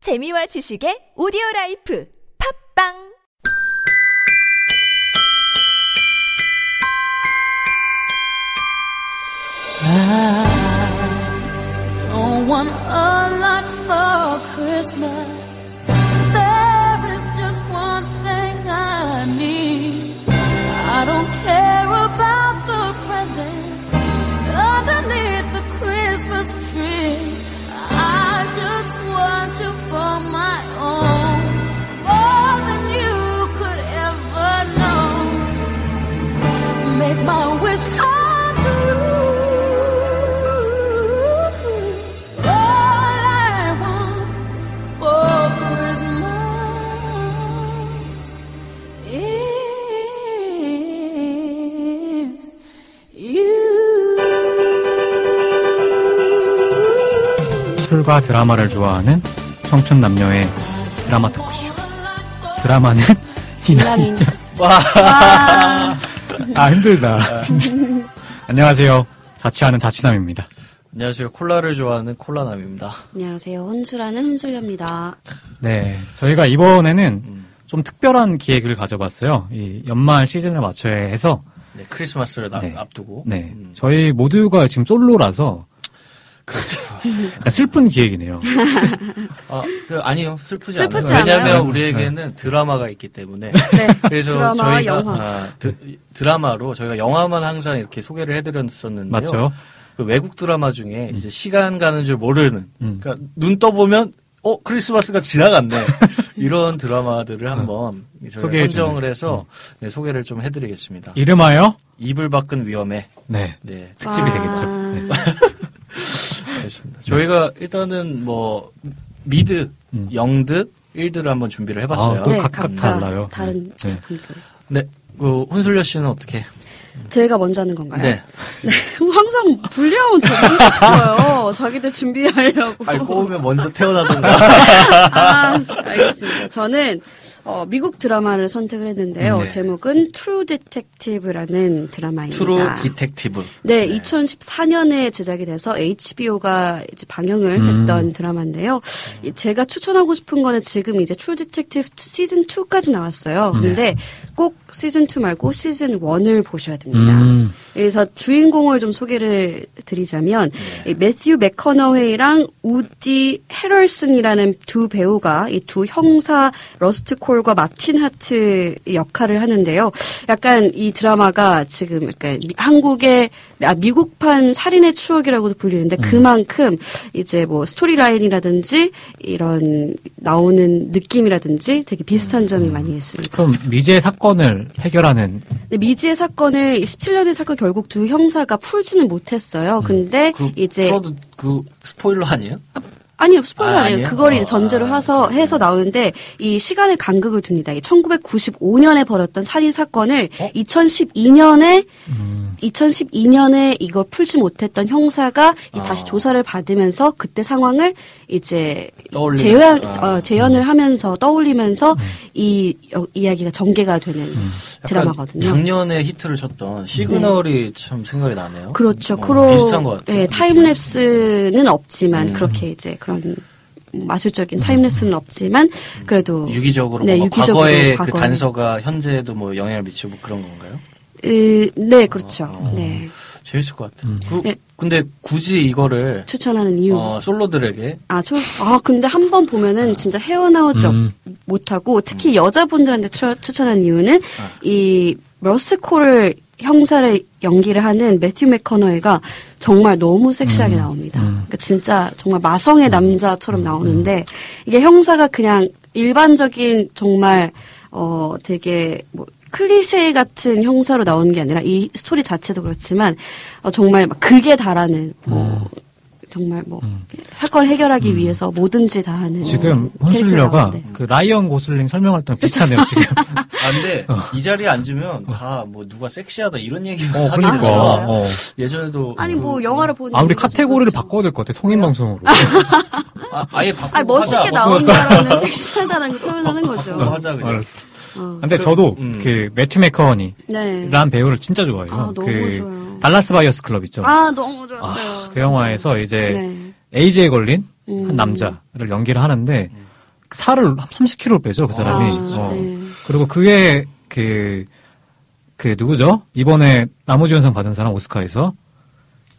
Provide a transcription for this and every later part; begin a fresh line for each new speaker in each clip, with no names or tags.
재미와 지식의 오디오 라이프 팝빵
Don't want a lot for Christmas. There is just one thing I need. I don't care about the presents underneath the Christmas tree. I just want you for my own. More than you could ever know make my wish come true. All I want for Christmas is you.
술과 드라마를 좋아하는 청춘 남녀의 드라마 토크쇼. 드라마는 이 나이. 아, 힘들다. 안녕하세요. 자취하는 자취남입니다.
안녕하세요. 콜라를 좋아하는 콜라남입니다.
안녕하세요. 혼술하는 혼술녀입니다.
네. 저희가 이번에는 좀 특별한 기획을 가져봤어요. 이 연말 시즌을 맞춰야 해서.
네, 크리스마스를 나-
네.
앞두고.
네.
음,
저희 모두가 지금 솔로라서. 그렇죠. 슬픈 기획이네요.
아, 그, 아니요. 슬프지,
슬프지
않아요.
않아요?
왜냐면 우리에게는 드라마가 있기 때문에.
네.
그래서
드라마와
저희가
영화.
아, 드, 드라마로 저희가 영화만 항상 이렇게 소개를 해드렸었는데요.
맞죠?
그 외국 드라마 중에 이제 시간 가는 줄 모르는.
음.
그러니까 눈 떠보면 어 크리스마스가 지나갔네. 이런 드라마들을 한번 저희가
소개해주는.
선정을 해서 네, 소개를 좀 해드리겠습니다.
이름하여?
이불 밖은 위험해.
네.
네.
특집이
아.
되겠죠. 네.
알겠습니다. 저희가 일단은 뭐 미드,
음.
영드, 일드를 한번 준비를 해봤어요.
아, 또
네,
각각
각자
달라요.
다른
네.
작품들.
네, 그 혼술녀 씨는 어떻게?
저희가 먼저 하는 건가요?
네.
항상 불려온 저분이시고요. 자기들 준비하려고.
아니 꼬우면 먼저 태어나던가.
아, 알겠습니다. 저는 어, 미국 드라마를 선택을
음,
했는데요.
네.
제목은 트루 디텍티브라는 드라마입니다.
트루 디텍티브.
아. 네, 2014년에 제작이 돼서 HBO가 이제 방영을
음.
했던 드라마인데요. 이- 제가 추천하고 싶은 거는 지금 이제 트루 디텍티브 시즌 2까지 나왔어요.
네.
근데 꼭 시즌 2 말고 시즌 1을 보셔야 됩니다.
음.
그래서 주인공을 좀 소개를 드리자면 이 매튜 맥커너웨이랑 우디 헤럴슨이라는 두 배우가 이 두 형사 러스트 콜과 마틴 하트 역할을 하는데요. 약간 이 드라마가 지금 약간 미- 한국의 아, 미국판 살인의 추억이라고도 불리는데 그만큼 이제 뭐 스토리라인이라든지 이런 나오는 느낌이라든지 되게 비슷한 점이 많이 있습니다.
그럼 미제 사건을 해결하는
근데 미지의 사건을 17년의 사건 결국 두 형사가 풀지는 못했어요. 근데
그
이제
프로드 그 스포일러 아니에요?
아니요 스포일러
아,
아니에요.
아니에요?
그걸 이제
어,
전제로
아.
해서 해서 나오는데 이 시간의 간극을 둡니다. 이 1995년에 벌였던 살인 사건을
어?
2012년에
음.
2012년에 이걸 풀지 못했던 형사가 이 다시
아.
조사를 받으면서 그때 상황을 이제
떠올리면서.
재현,
아. 음.
어, 재현을 하면서 떠올리면서 이 어, 이야기가 전개가 되는
약간
드라마거든요. 네.
작년에 히트를 쳤던 시그널이 참 생각이 나네요.
그렇죠.
어,
크로
비슷한 것 같아요. 음.
네, 타임랩스는 없지만 그렇게 이제 그런 마술적인 타임랩스는 없지만 그래도
유기적으로
네,
뭔가
유기적으로
과거의 그
과거에.
단서가 현재에도 뭐 영향을 미치고 그런 건가요?
으, 네, 그렇죠.
어.
네.
재밌을 것 같아요. 그-
네.
근데 굳이 이거를
추천하는 이유.
어, 솔로들에게
아, 저, 아, 근데 한 번 보면은 진짜 헤어나오지
음.
없- 못하고 특히 여자분들한테 추, 추천한 이유는 이 러스콜 형사를 연기를 하는 매튜 맥커너이가 정말 너무 섹시하게 나옵니다. 그러니까 진짜 정말 마성의 남자처럼 나오는데 이게 형사가 그냥 일반적인 정말 어 되게 뭐 클리셰 같은 형사로 나오는 게 아니라 이 스토리 자체도 그렇지만 어, 정말 막 극에 달하는 뭐 정말 뭐 사건을 해결하기 위해서 뭐든지 다 하는
음. 지금
음, 캐릭터가 그렇죠.
혼술녀가
나오는데.
그 라이언 고슬링 설명할 때랑 비슷하네요 지금.
안돼 아, 이 자리에 앉으면 다 뭐 누가 섹시하다 이런 얘기만
어
하게
그러니까.
되잖아.
어.
예전에도
아니
그-
뭐 영화를 보는
아 우리
거죠.
카테고리를 바꿔야 될 것 같아 성인
네.
방송으로.
아, 아예 바꾸고
뭐, 아니 멋있게
하자. 뭐
나온다라는 섹시하다라는 걸 표현하는 거죠.
바꾸고 하자 그냥.
알았어.
어.
근데 저도
음.
그 매튜 맥커니란
네.
배우를 진짜 좋아해요.
아, 너무
그
좋아요.
달라스 바이어스 클럽 있죠.
아 너무 좋았어요.
그 영화에서 이제
네.
에이즈에 걸린
음.
한 남자를 연기를 하는데 그 살을 30kg를 빼죠, 그 사람이.
아, 진짜?
어.
네.
그리고 그의 그, 그 누구죠? 이번에 나무주연상 받은 사람 오스카에서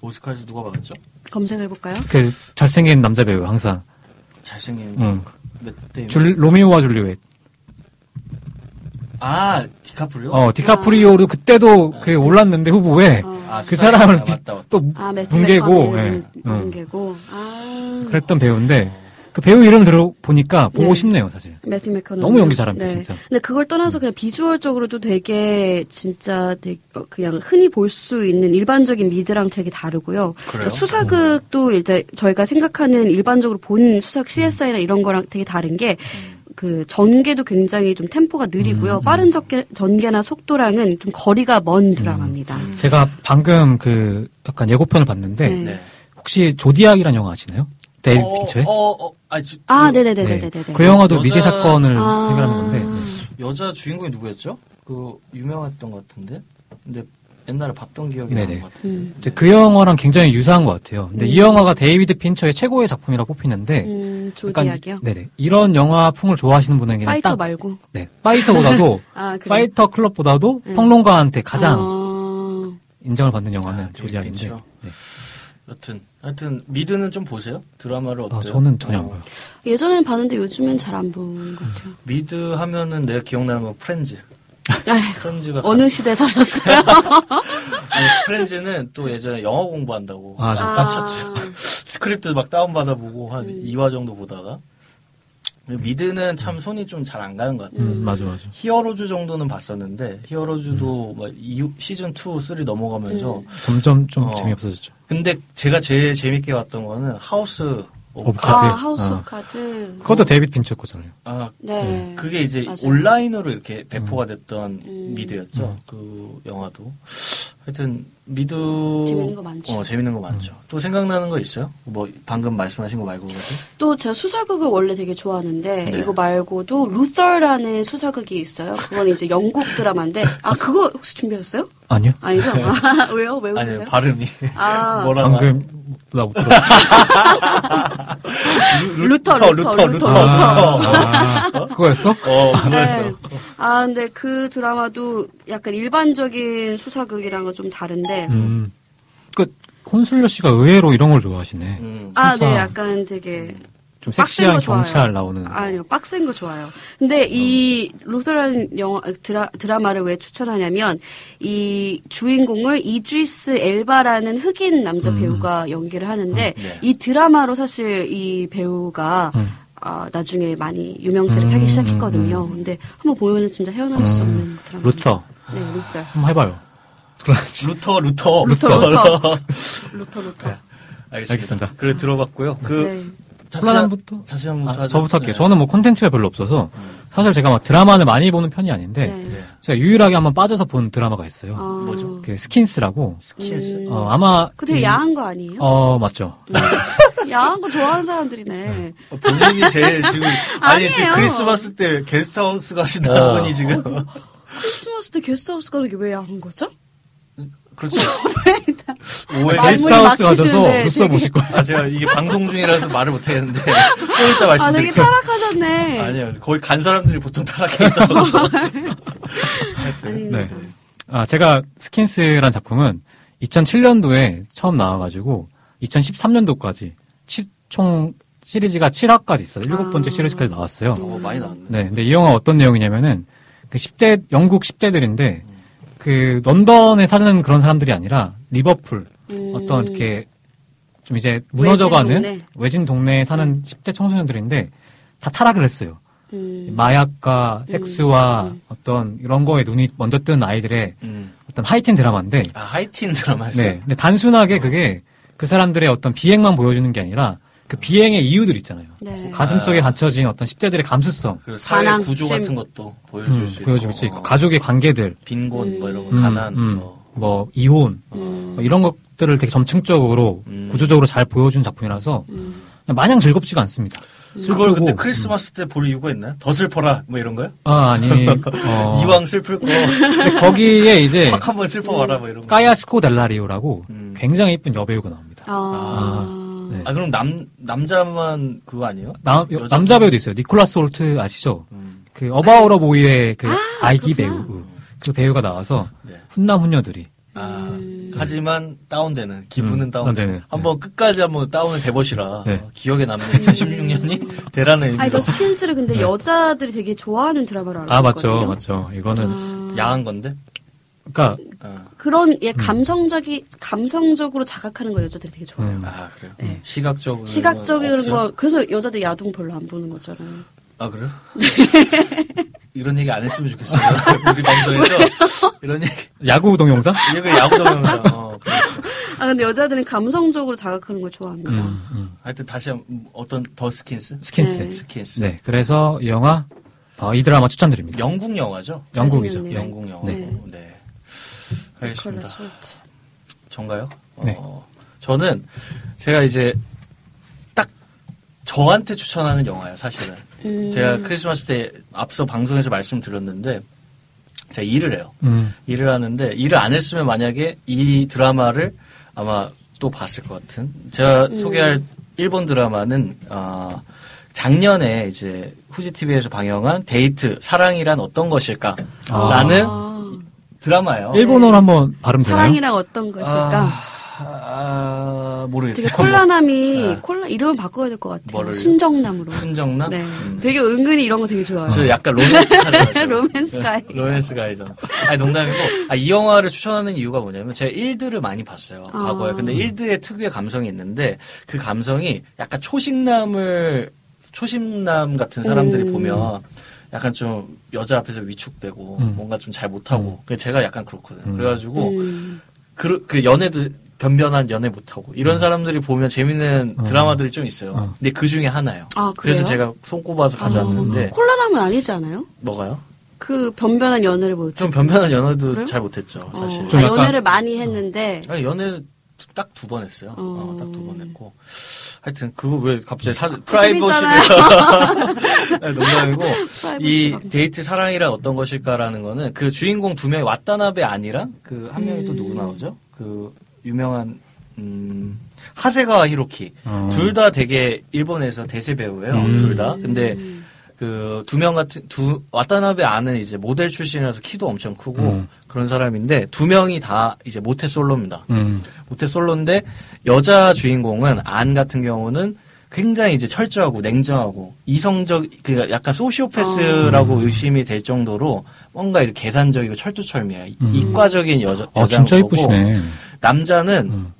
오스카에서 누가 받았죠?
검색을 해볼까요?
그 잘생긴 남자 배우 항상
잘생긴
응.
몇 대?
줄- 로미오와 줄리엣.
아 디카프리오.
어 디카프리오도
아.
그때도 그 올랐는데 후보에
어.
아,
그
스타일.
사람을
아, 맞다, 맞다.
또
아, 매튜
뭉개고
맥커니를
예. 응.
뭉개고. 아.
그랬던 배우인데 그 배우 이름 들어보니까 보고
네.
싶네요 사실.
매튜 맥커너
너무 연기 잘합니다, 진짜. 음.
근데 그걸 떠나서 그냥 비주얼적으로도 되게 진짜 되게 어, 그냥 흔히 볼 수 있는 일반적인 미드랑 되게 다르고요. 그러니까 수사극도 이제 저희가 생각하는 일반적으로 본 수사극 CSI나 이런 거랑 되게 다른 게
음.
그 전개도 굉장히 좀 템포가
음.
느리고요. 빠른 적개, 전개나 속도랑은 좀 거리가 먼 드라마입니다.
제가 방금 그 약간 예고편을 봤는데
음. 네.
네.
혹시 조디악이라는 영화 아시나요? 데일 빈처의?
어, 어, 어, 아, 지,
아,
그
네네네네네. 네.
음. 그 영화도
여자-
미제 사건을
아.
해결하는 건데 네.
여자 주인공이 누구였죠? 그 유명했던 것 같은데. 근데 옛날에 봤던 기억이
네네.
나는 것 같은데.
음.
근데 그 영화랑 굉장히 유사한 것 같아요. 근데 이 영화가 데이비드 핀처의 최고의 작품이라고 뽑히는데
음,
네. 약간
조디악이요?
네네 이런 영화풍을 좋아하시는 분에게는
파이터
딱
말고.
네, 파이터보다도
아, 그래요?
파이터 클럽보다도 평론가한테 가장
음. 어,
인정을 받는 영화는
아,
조디악인데
그렇죠.
네.
여튼, 하여튼 미드는 좀 보세요. 드라마를
아,
어때요?
저는 전혀 안
어,
봐요.
예전엔 봤는데 요즘엔 잘 안 보는 것 같아요.
미드 하면은 내가 기억나는 건 프렌즈.
아휴, 그
프렌즈가
어느 시대 사셨어요?
아니, 프렌즈는 또 예전에 영어 공부한다고
아,
깜-
진짜?
깜쳤죠. 스크립트 막 다운받아보고 한
음.
2화 정도 보다가. 미드는 참 손이 좀 잘 안 가는 것 같아요.
음, 맞아 음. 맞아.
히어로즈 정도는 봤었는데 히어로즈도 막 이후- 시즌 2, 3 넘어가면서
음.
점점 좀
어.
재미없어졌죠.
근데 제가 제일 재밌게 봤던 거는 하우스 오브
오브
카.
카드.
아,
같아요.
하우스
어.
오브 카드.
그것도 데이비드 핀처 거잖아요.
아,
네.
그게 이제
맞아요.
온라인으로 이렇게 배포가 됐던
음.
미드였죠. 그 영화도. 하여튼 미드
재밌는 거 많죠.
어, 재밌는 거 많죠.
음.
또 생각나는 거 있어요? 뭐 방금 말씀하신 거 말고 그래도?
또 제가 수사극을 원래 되게 좋아하는데
네.
이거 말고도 루터라는 수사극이 있어요. 그건 이제 영국 드라마인데 아 그거 혹시 준비하셨어요?
아니요.
아니죠? 아, 왜요? 왜
아니
웃으세요?
발음이
아,
뭐라
방금 나못 들었어.
루터,
루터
루터,
루터 루터
루터,
루터.
아, 그거였어?
어,
네.
그거였어.
아, 근데 그 드라마도 약간 일반적인 수사극이랑은 좀 다른데
음. 그 혼술녀 씨가 의외로 이런 걸 좋아하시네.
음.
아,
수사.
네, 약간 되게
좀
빡센 거
섹시한
좋아요.
경찰 나오는.
아니요, 빡센 거 좋아요. 근데 이 루터라는 영화 아, 드라, 드라마를 왜 추천하냐면 이 주인공을 이드리스 엘바라는 흑인 남자
음.
배우가 연기를 하는데
네.
이 드라마로 사실 이 배우가
음.
아, 나중에 많이 유명세를 타기
음,
시작했거든요. 근데 한번 보면은 진짜 헤어나올
음.
수 없는 드라마.
루터
네, 루터.
한번 해봐요. 그럼
루터 루터
루터, 루터. 루터, 루터.
알겠습니다.
알겠습니다.
그래 들어봤고요. 네, 그
네.
혼란함부터?
자세한부터
아,
하죠.
저부터 할게요.
네. 음.
저는 뭐 콘텐츠가 별로 없어서 사실 제가 막 드라마를 많이 보는 편이 아닌데
네.
네.
제가 유일하게 한번 빠져서 본 드라마가 있어요.
어,
뭐죠?
그 스킨스라고.
스킨스.
음.
어, 아마
그 되게
이-
야한 네. 거 아니에요?
어 맞죠.
야한 거 좋아하는 사람들이네.
어, 본인이 제일 지금 아니 지금
아니에요.
크리스마스 때 게스트하우스 가신다
어.
보니 지금
크리스마스 때 게스트하우스 가는 게 왜 야한 거죠?
그렇죠.
네,
오해가
말문이
있-
게스트하우스 가셔서
막히시는데
루써 보실 거예요.
아 제가 이게 방송 중이라서 말을 못 하겠는데 좀 이따
아, 되게
말씀드릴게요.
타락하셨네.
아니요 거기 간 사람들이 보통 타락해 있다고.
음.
네. 아, 제가 스킨스란 작품은 2007년도에 처음 나와가지고 2013년도까지 총 시리즈가 7화까지 있어요. 일곱 번째
아.
시리즈까지 나왔어요.
어, 많이 나왔네.
네, 근데 이 영화 어떤 내용이냐면은 그 10대 영국 10대들인데 그 런던에 사는 그런 사람들이 아니라 리버풀
음.
어떤 이렇게 좀 이제 무너져가는 외진,
동네.
동네에 사는 10대 청소년들인데 다 타락을 했어요.
음.
마약과 섹스와 어떤 이런 거에 눈이 먼저 뜬 아이들의
음.
어떤 하이틴 드라마인데
아 하이틴 드라마였어요.
네. 근데 단순하게 그게 그 사람들의 어떤 비행만 보여주는 게 아니라 그 비행의 이유들 있잖아요.
네.
가슴속에 갇혀진 어떤 10대들의 감수성
그리고 사회
반항,
구조
심.
같은 것도 보여줄
음,
수 있고,
보여주고 있고
어,
가족의 관계들
빈곤 뭐 이런 거
음,
가난
음,
뭐.
뭐 이혼
음.
뭐 이런 것들을 되게 점층적으로
음.
구조적으로 잘 보여준 작품이라서
음.
그냥 마냥 즐겁지가 않습니다.
그걸
슬프고,
그때 크리스마스 때 볼 이유가 있나요? 더 슬퍼라 뭐 이런 거요?
음. 아 아니 어, 네.
이왕 슬플 거 확
근데 거기에 이제
한번 슬퍼봐라 뭐 이런 거.
까야 스코델라리오라고
음.
굉장히 예쁜 여배우가 나옵니다.
아.
네.
아 그럼 남 남자만 그거 아니에요?
남,
여자-
남자 배우도 있어요. 니콜라스 올트 아시죠?
음,
그 어바우러 보이의 그 아, 기
그렇구나.
배우 그 배우가 나와서
네.
훈남 훈녀들이
아
음.
하지만 다운되는 기분은
음,
다운되는
다운되는.
한번 끝까지 한번 다운을 돼보시라
네.
어, 기억에 남는 2016년이 되라는
음. 아니
의미로
더 스킨스를 근데 여자들이 되게 좋아하는 드라마로 알고
네. 아
있거든요. 아.
맞죠 맞죠 이거는
야한 건데
그러니까
어.
그런
음.
예 감성적이 감성적으로 자각하는 거 여자들이 되게 좋아해요.
음,
아 그래요
네.
시각적으로
시각적인
없어요?
거 그래서 여자들 야동 별로 안 보는 거잖아요.
아 그래요? 이런 얘기 안 했으면 좋겠어요 우리 방송에서 이런 얘기
야구 동영상
이거 야구 동영상 어, 그래요.
아 근데 여자들은 감성적으로 자각하는 걸 좋아합니다.
음, 음.
하여튼 다시 한 번, 어떤 더 스킨스
스킨스
네.
네,
스킨스
그래서 이 영화 어, 이 드라마 추천드립니다
영국 영화죠
영국이죠
네.
영국 영화
네.
네, 알겠습니다
컬러 솔트.
전가요?
네.
어, 저는 제가 이제 딱 저한테 추천하는 영화예요, 사실은.
음.
제가 크리스마스 때 앞서 방송에서 말씀드렸는데 제가 일을 해요.
음,
일을 하는데 일을 안 했으면 만약에 이 드라마를 아마 또 봤을 것 같은. 제가 소개할 일본 드라마는 아, 작년에 이제 후지 TV에서 방영한 데이트 사랑이란 어떤 것일까라는
아,
드라마예요.
일본어로 한번 발음 되나요?
사랑이랑 어떤 것일까?
아,
되게
모르겠어요.
콜라남이
아.
콜라 이름 바꿔야 될 것 같아요.
뭐를요?
순정남으로.
순정남?
네.
음.
되게 은근히 이런 거 되게 좋아요.
저 약간 로맨스가죠. 네,
로맨스 가이.
로맨스 가이죠. 아니 농담이고 아, 이 영화를 추천하는 이유가 뭐냐면 제가 일드를 많이 봤어요
아.
과거에. 근데 일드의 특유의 감성이 있는데 그 감성이 약간 초식남을 초심남 같은 사람들이
음.
보면 약간 좀 여자 앞에서 위축되고
음.
뭔가 좀 잘 못하고 그 제가 약간 그렇거든요. 그래가지고
음.
그, 그 연애도 변변한 연애 못하고 이런 사람들이 보면 재밌는
음. 어.
드라마들이 좀 있어요.
어.
근데 그 중에 하나요.
아,
그래서
그래요? 어.
제가 손꼽아서 가져왔는데
음. 콜라남은 아니지 않아요?
뭐가요?
그 변변한 연애를 보여.
좀 변변한 연애도
그래요?
잘 못했죠,
어,
사실.
좀
아,
약간-
연애를 많이 했는데
아니, 연애 딱 두 번 했어요.
어.
딱 두 번 했고. 하여튼 그거 왜 갑자기 사, 네, 프라이버시를 아니, 농담이고 이
프라이버시
데이트 사랑이란 어떤 것일까라는 거는 그 주인공 두 명이 왓다나베 아니랑 그 한 명이 또
음.
누구 나오죠? 그 유명한 음 하세가와 히로키
어.
둘 다 되게 일본에서 대세 배우예요.
음.
둘 다. 근데 그 두 명 같은 두 와타나베 아는 이제 모델 출신이라서 키도 엄청 크고
음.
그런 사람인데 두 명이 다 이제 모태 솔로입니다.
음,
모태 솔로인데 여자 주인공은 안 같은 경우는 굉장히 이제 철저하고 냉정하고 이성적 그
음.
약간 소시오패스라고 의심이 될 정도로 뭔가 이렇게 계산적이고 철두철미해
음.
이과적인 여자
아
여자인
진짜
거고
이쁘시네
남자는
음.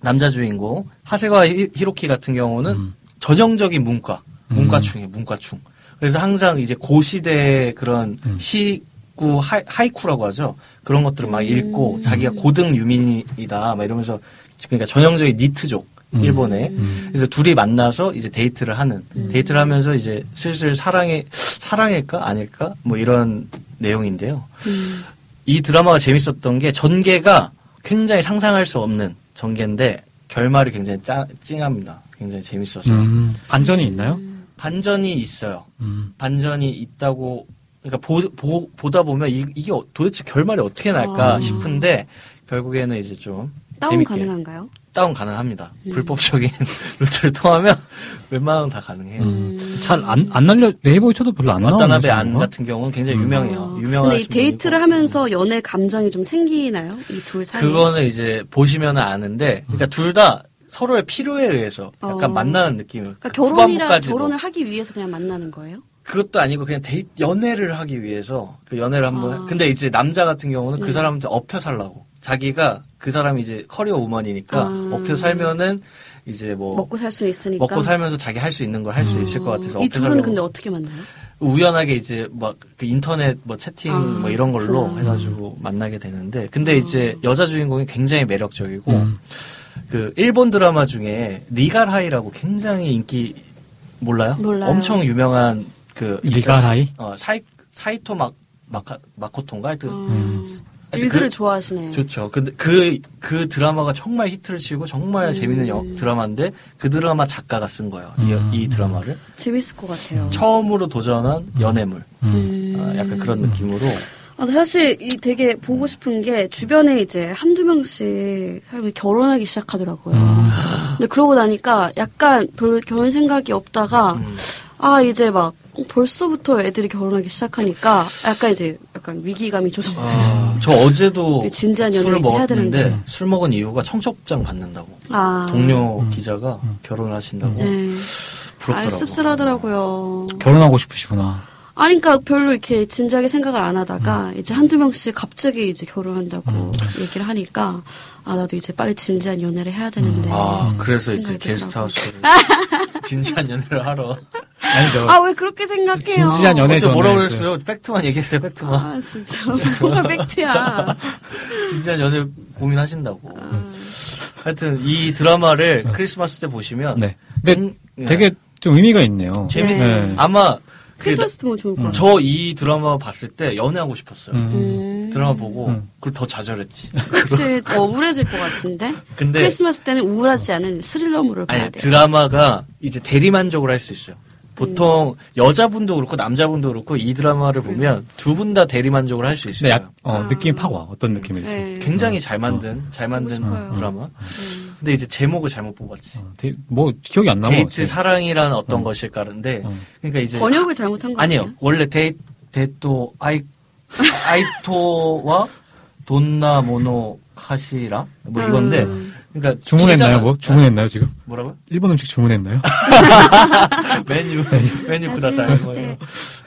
남자 주인공 하세가 히- 히로키 같은 경우는
음.
전형적인 문과
음.
문과충이에요 문과충 그래서 항상 이제 고시대의 그런
음.
시구 하, 하이쿠라고 하죠 그런 것들을 막 읽고 자기가 고등 유민이다 막 이러면서 그러니까 전형적인 니트족
음.
일본에
음.
그래서 둘이 만나서 이제 데이트를 하는 데이트를 하면서 이제 슬슬 사랑의 사랑일까 아닐까 뭐 이런 내용인데요
음.
이 드라마가 재밌었던 게 전개가 굉장히 상상할 수 없는 전개인데 결말이 굉장히 짜, 찡합니다. 굉장히 재밌어서
음, 반전이 있나요?
반전이 있어요.
음,
반전이 있다고 그러니까 보, 보, 보다 보면 이, 이게 어- 도대체 결말이 어떻게 날까
아.
싶은데 결국에는 이제 좀
다운
재밌게
가능한가요? 음.
다운 가능합니다. 불법적인 루트를 통하면 웬만하면 다 가능해요.
음. 잘안안 날려 네이버에 쳐도 별로 안 나와요.
와타나베 안 같은 경우는 굉장히 유명해요.
아,
유명한
근데 이 데이트를 하면서 연애 감정이 좀 생기나요? 이 둘 사이에.
그거는 이제 보시면 아는데, 그러니까 둘 다 서로의 필요에 의해서 약간
어.
만나는 느낌이에요.
그러니까 결혼이라
후반부까지도.
결혼을 하기 위해서 그냥 만나는 거예요?
그것도 아니고 그냥 데이 연애를 하기 위해서 그 연애를 한번.
아. 네.
근데 이제 남자 같은 경우는 그 사람한테 업혀 살라고. 자기가 그 사람이 이제 커리어 우먼이니까
아.
업혀 살면은 이제 뭐
먹고 살 수 있으니까. 음.
먹고 살면서 자기 할 수 있는 걸 할 수 있을 것 같아서
이
업혀
둘은
살라고.
근데 어떻게 만나요?
우연하게 이제 막 그 인터넷 뭐 채팅
아,
뭐 이런 걸로
그렇구나. 아.
해가지고 만나게 되는데 근데 이제 여자 주인공이 굉장히 매력적이고
음.
그 일본 드라마 중에 리갈하이라고 굉장히 인기 몰라요?
몰라요.
엄청 유명한 그
리가라이
어 사이 사이토 막 마카 마코토인가
아.
하여튼 하여튼
음.
그-
일들을 좋아하시네.
좋죠. 근데 그, 그 드라마가 정말 히트를 치고 정말 재밌는 여-
음.
드라마인데 그 드라마 작가가 쓴 거예요.
음.
이, 이 드라마를.
재밌을 것 같아요.
처음으로 도전한 연애물.
음.
아, 약간 그런 느낌으로.
아, 사실 이 되게
음.
보고 싶은 게 주변에 이제 한두 명씩 사람이 결혼하기 시작하더라고요. 근데 그러고 나니까 약간 별로 결혼 생각이 없다가
음.
아 이제 막 벌써부터 애들이 결혼하기 시작하니까 약간 이제 약간 위기감이 조성.
아, 저 어제도
되게 그 진지한
술을
연애를 이제 해야
먹었는데
되는데.
술 먹은 이유가 청첩장 받는다고
아 음.
동료 기자가 결혼을 하신다고
네.
부럽더라고.
아, 씁쓸하더라고요.
결혼하고 싶으시구나.
아니, 그러니까 별로 이렇게 진지하게 생각을 안 하다가
음.
이제 한두 명씩 갑자기 이제 결혼한다고 얘기를 하니까 아 나도 이제 빨리 진지한 연애를 해야 되는데.
아, 그래서 이제
네. 음. 생각이 들더라고요.
게스트하우스를 진지한 연애를 하러.
아니죠.
아, 왜 그렇게 생각해요?
진지한 연애
어제 뭐라고
전에
그랬어요? 팩트만 얘기했어요, 팩트만.
아, 진짜. 뭐가 팩트야.
진지한 연애 고민하신다고.
아.
음. 하여튼 이 드라마를 크리스마스 때 보시면
네. 근데
음, 네.
되게 좀 의미가 있네요.
재밌
네.
아마
크리스마스 보면 좋을 것 같아요.
저 이 드라마 봤을 때 연애하고 싶었어요.
음.
음.
드라마 보고
음.
그걸 더 좌절했지.
혹시 더 우울해질 것 같은데?
근데
크리스마스 때는 우울하지 않은 스릴러물을 봐야
아니
돼요.
드라마가 이제 대리만족을 할 수 있어요. 보통
음.
여자분도 그렇고 남자분도 그렇고 이 드라마를 보면 두 분 다 대리만족을 할 수
근데
있어요.
약, 어, 느낌 파고 와. 어떤
그-
느낌일지.
네.
굉장히 잘 만든 잘 만든
보고 싶어요.
드라마.
음.
근데 이제 제목을 잘못 뽑았지.
어, 되- 뭐, 기억이 안 나고.
데이트 사랑이란 어떤 것일까인데
음.
그러니까 이제
번역을 잘못한 거
아니요. 원래 데, 데토 아이, 아이토와 돈나모노 카시라? 뭐 이건데.
음.
그러니까
주문했나요,
기자가-
뭐? 주문했나요, 지금?
뭐라고요?
일본 음식 주문했나요?
메뉴, 메뉴
아,
구다사이.
진짜.
뭐예요.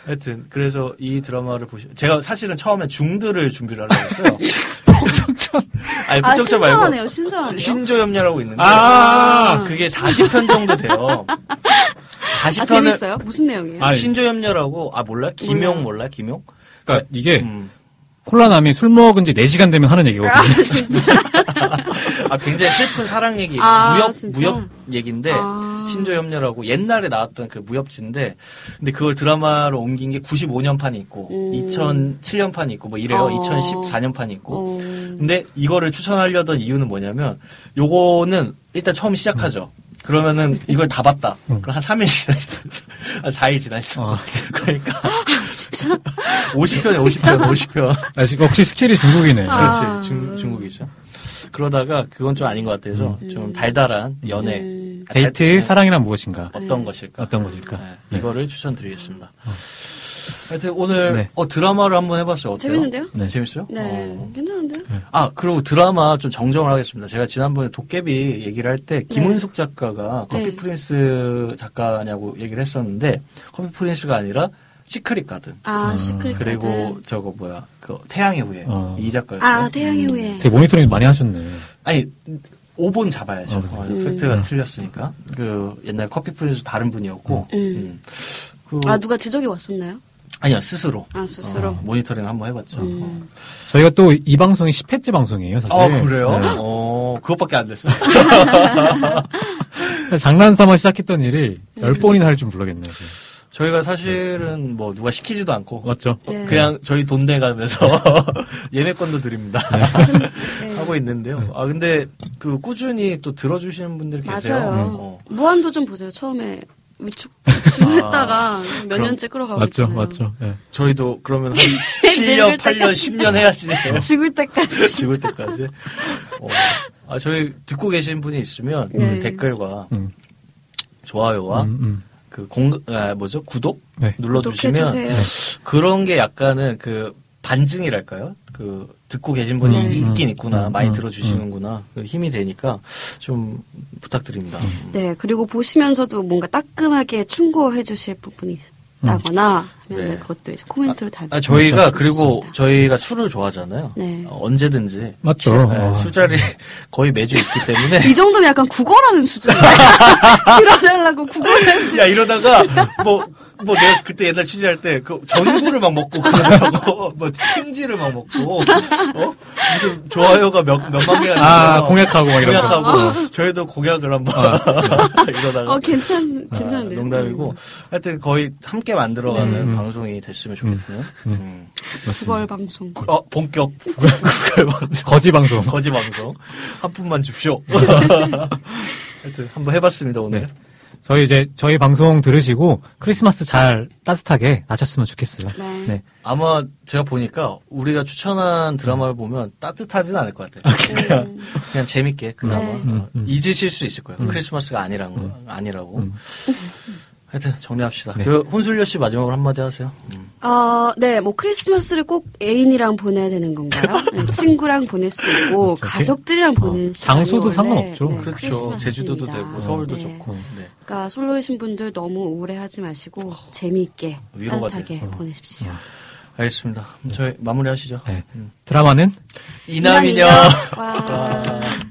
하여튼, 그래서 이 드라마를 보시, 제가 사실은 처음에 중드를 준비를 하려고 했어요.
폭정천.
아니,
아,
부쩍 말고.
신선하네요, 신선하네요.
신조염녀라고 있는데. 음,
아!
그게 40편 정도 돼요.
아,
40편을.
재밌어요? 무슨 내용이에요?
아,
신조염녀라고, 아, 몰라? 김용 몰라? 김용?
그니까 그러니까 이게
음.
콜라남이 술 먹은 지 4시간 되면 하는 얘기거든요.
아, 진짜.
아 굉장히 슬픈 사랑 얘기,
아,
무협
진짜?
무협 얘기인데
아.
신조협녀라고 옛날에 나왔던 그 무협지인데 근데 그걸 드라마로 옮긴 게 95년판이 있고
음.
2007년판이 있고 뭐 이래요.
어.
2014년판이 있고.
어.
근데 이거를 추천하려던 이유는 뭐냐면 요거는 일단 처음 시작하죠. 그러면은 이걸 다 봤다. 그럼 한 3일 지나있어. 한 4일 지나있어.
아.
그러니까 50편에 50편, 50편.
아, 지금 역시 스킬이 중국이네.
아.
그렇지 중, 중국이죠. 그러다가 그건 좀 아닌 것 같아서 좀 달달한 연애
음. 네.
아,
데이트,
달-
사랑이란 무엇인가?
어떤 것일까?
어떤 것일까? 어.
네, 이거를 추천드리겠습니다. 하여튼 오늘
네.
어, 드라마를 한번 해봤어요. 어때요?
재밌는데요?
네.
재밌어요?
네,
어.
괜찮은데요?
아 그리고 드라마 좀 정정을 하겠습니다. 제가 지난번에 도깨비 얘기를 할 때 김은숙 작가가 커피
네.
프린스 작가냐고 얘기를 했었는데 커피 프린스가 아니라 시크릿 가든
아, 시크릿
음, 그리고 네.
가든.
저거 뭐야 그 태양의 후예
어.
이 작가였어요.
아, 태양의 후예.
음.
되게 모니터링 많이 하셨네.
아니 5번 잡아야죠.
어, 그래요?
어,
음.
팩트가 틀렸으니까 그 옛날 커피 프린스 다른 분이었고
음.
음. 그,
아, 누가 지적이 왔었나요?
아니요 스스로
아, 스스로.
어, 모니터링 한번 해봤죠.
음.
저희가 또 이 방송이 10회째 방송이에요, 사실.
어. 아 그래요?
네.
어 그것밖에 안 됐어요.
네. 장난삼아 시작했던 일이
네.
10번이나 할 줄 모르겠네요. 지금.
저희가 사실은 뭐 누가 시키지도 않고
맞죠?
네.
그냥 저희 돈 내가면서 예매권도 드립니다
네.
하고 있는데요. 아 근데 그 꾸준히 또 들어주시는 분들이 계세요.
맞아요.
어.
무한도전 보세요. 처음에 위축, 중했다가
아,
몇
그럼-
년째 끌어가고
맞죠,
있잖아요.
맞죠. 예.
저희도 그러면
네,
한 7년, 8년, 10년 해야지.
죽을 때까지.
죽을 때까지. 어. 아, 저희 듣고 계신 분이 있으면
네.
그 댓글과
음,
좋아요와
음, 음.
그 공, 아, 뭐죠? 구독?
네.
눌러주시면
네.
그런 게 약간은 그 반증이랄까요? 그 듣고 계신 분이
음.
있긴 있구나.
음.
많이
음.
들어주시는구나. 그 힘이 되니까 좀 부탁드립니다.
음.
네, 그리고 보시면서도 뭔가 따끔하게 충고해 주실 부분이 있다거나 하면
네.
그것도 이제 코멘트로 달고. 그렇죠.
아,
음,
저희가 그리고
좋습니다.
저희가 술을 좋아하잖아요.
네.
어, 언제든지
맞죠.
술- 네,
어.
술자리 거의 매주 있기 때문에
이 정도면 약간 구걸하는 수준이에요. 들어달라고 구걸할 수
야 이러다가 뭐 뭐 내가 그때 옛날 취재할 때 그 전구를 막 먹고 그러더라고 뭐 생지를 막 먹고 어 무슨 좋아요가 몇 몇만 개가
아,
있어서
공약하고 어. 막 이런 거.
공약하고 저희도 공약을 한번 이러다가
어, 괜찮,
아,
괜찮은데요? 음.
농담이고 하여튼 거의 함께
음.
만들어가는 방송이 됐으면 좋겠고요 음.
구걸 방송.
어 본격 국회 방송
거지 방송.
거지 방송 한 푼만 줍쇼 하여튼 한번 해봤습니다 오늘
네. 저희 이제 저희 방송 들으시고 크리스마스 잘 따뜻하게 나셨으면 좋겠어요.
네.
아마 제가 보니까 우리가 추천한 드라마를 보면 따뜻하진 않을 것 같아요. 그냥, 그냥 재밌게 그나마 어,
네.
음, 음.
잊으실 수 있을 거예요. 크리스마스가 아니란 거 아니라고.
음.
하여튼 정리합시다.
네.
그 혼술녀 씨 마지막으로 한마디 하세요. 음.
어, 네, 뭐 크리스마스를 꼭 애인이랑 보내야 되는 건가요? 네, 친구랑 보낼 수도 있고 가족들이랑 보낼 수도
어, 장소도 상관없죠. 네,
그렇죠. 제주도도 되고 서울도
네.
좋고.
음.
네.
그러니까 솔로이신 분들 너무 우울해 하지 마시고 재미있게
어, 위로가
따뜻하게
어.
돼요.
보내십시오.
음.
알겠습니다. 저희 마무리하시죠.
네.
음.
드라마는
이남이녀.
와.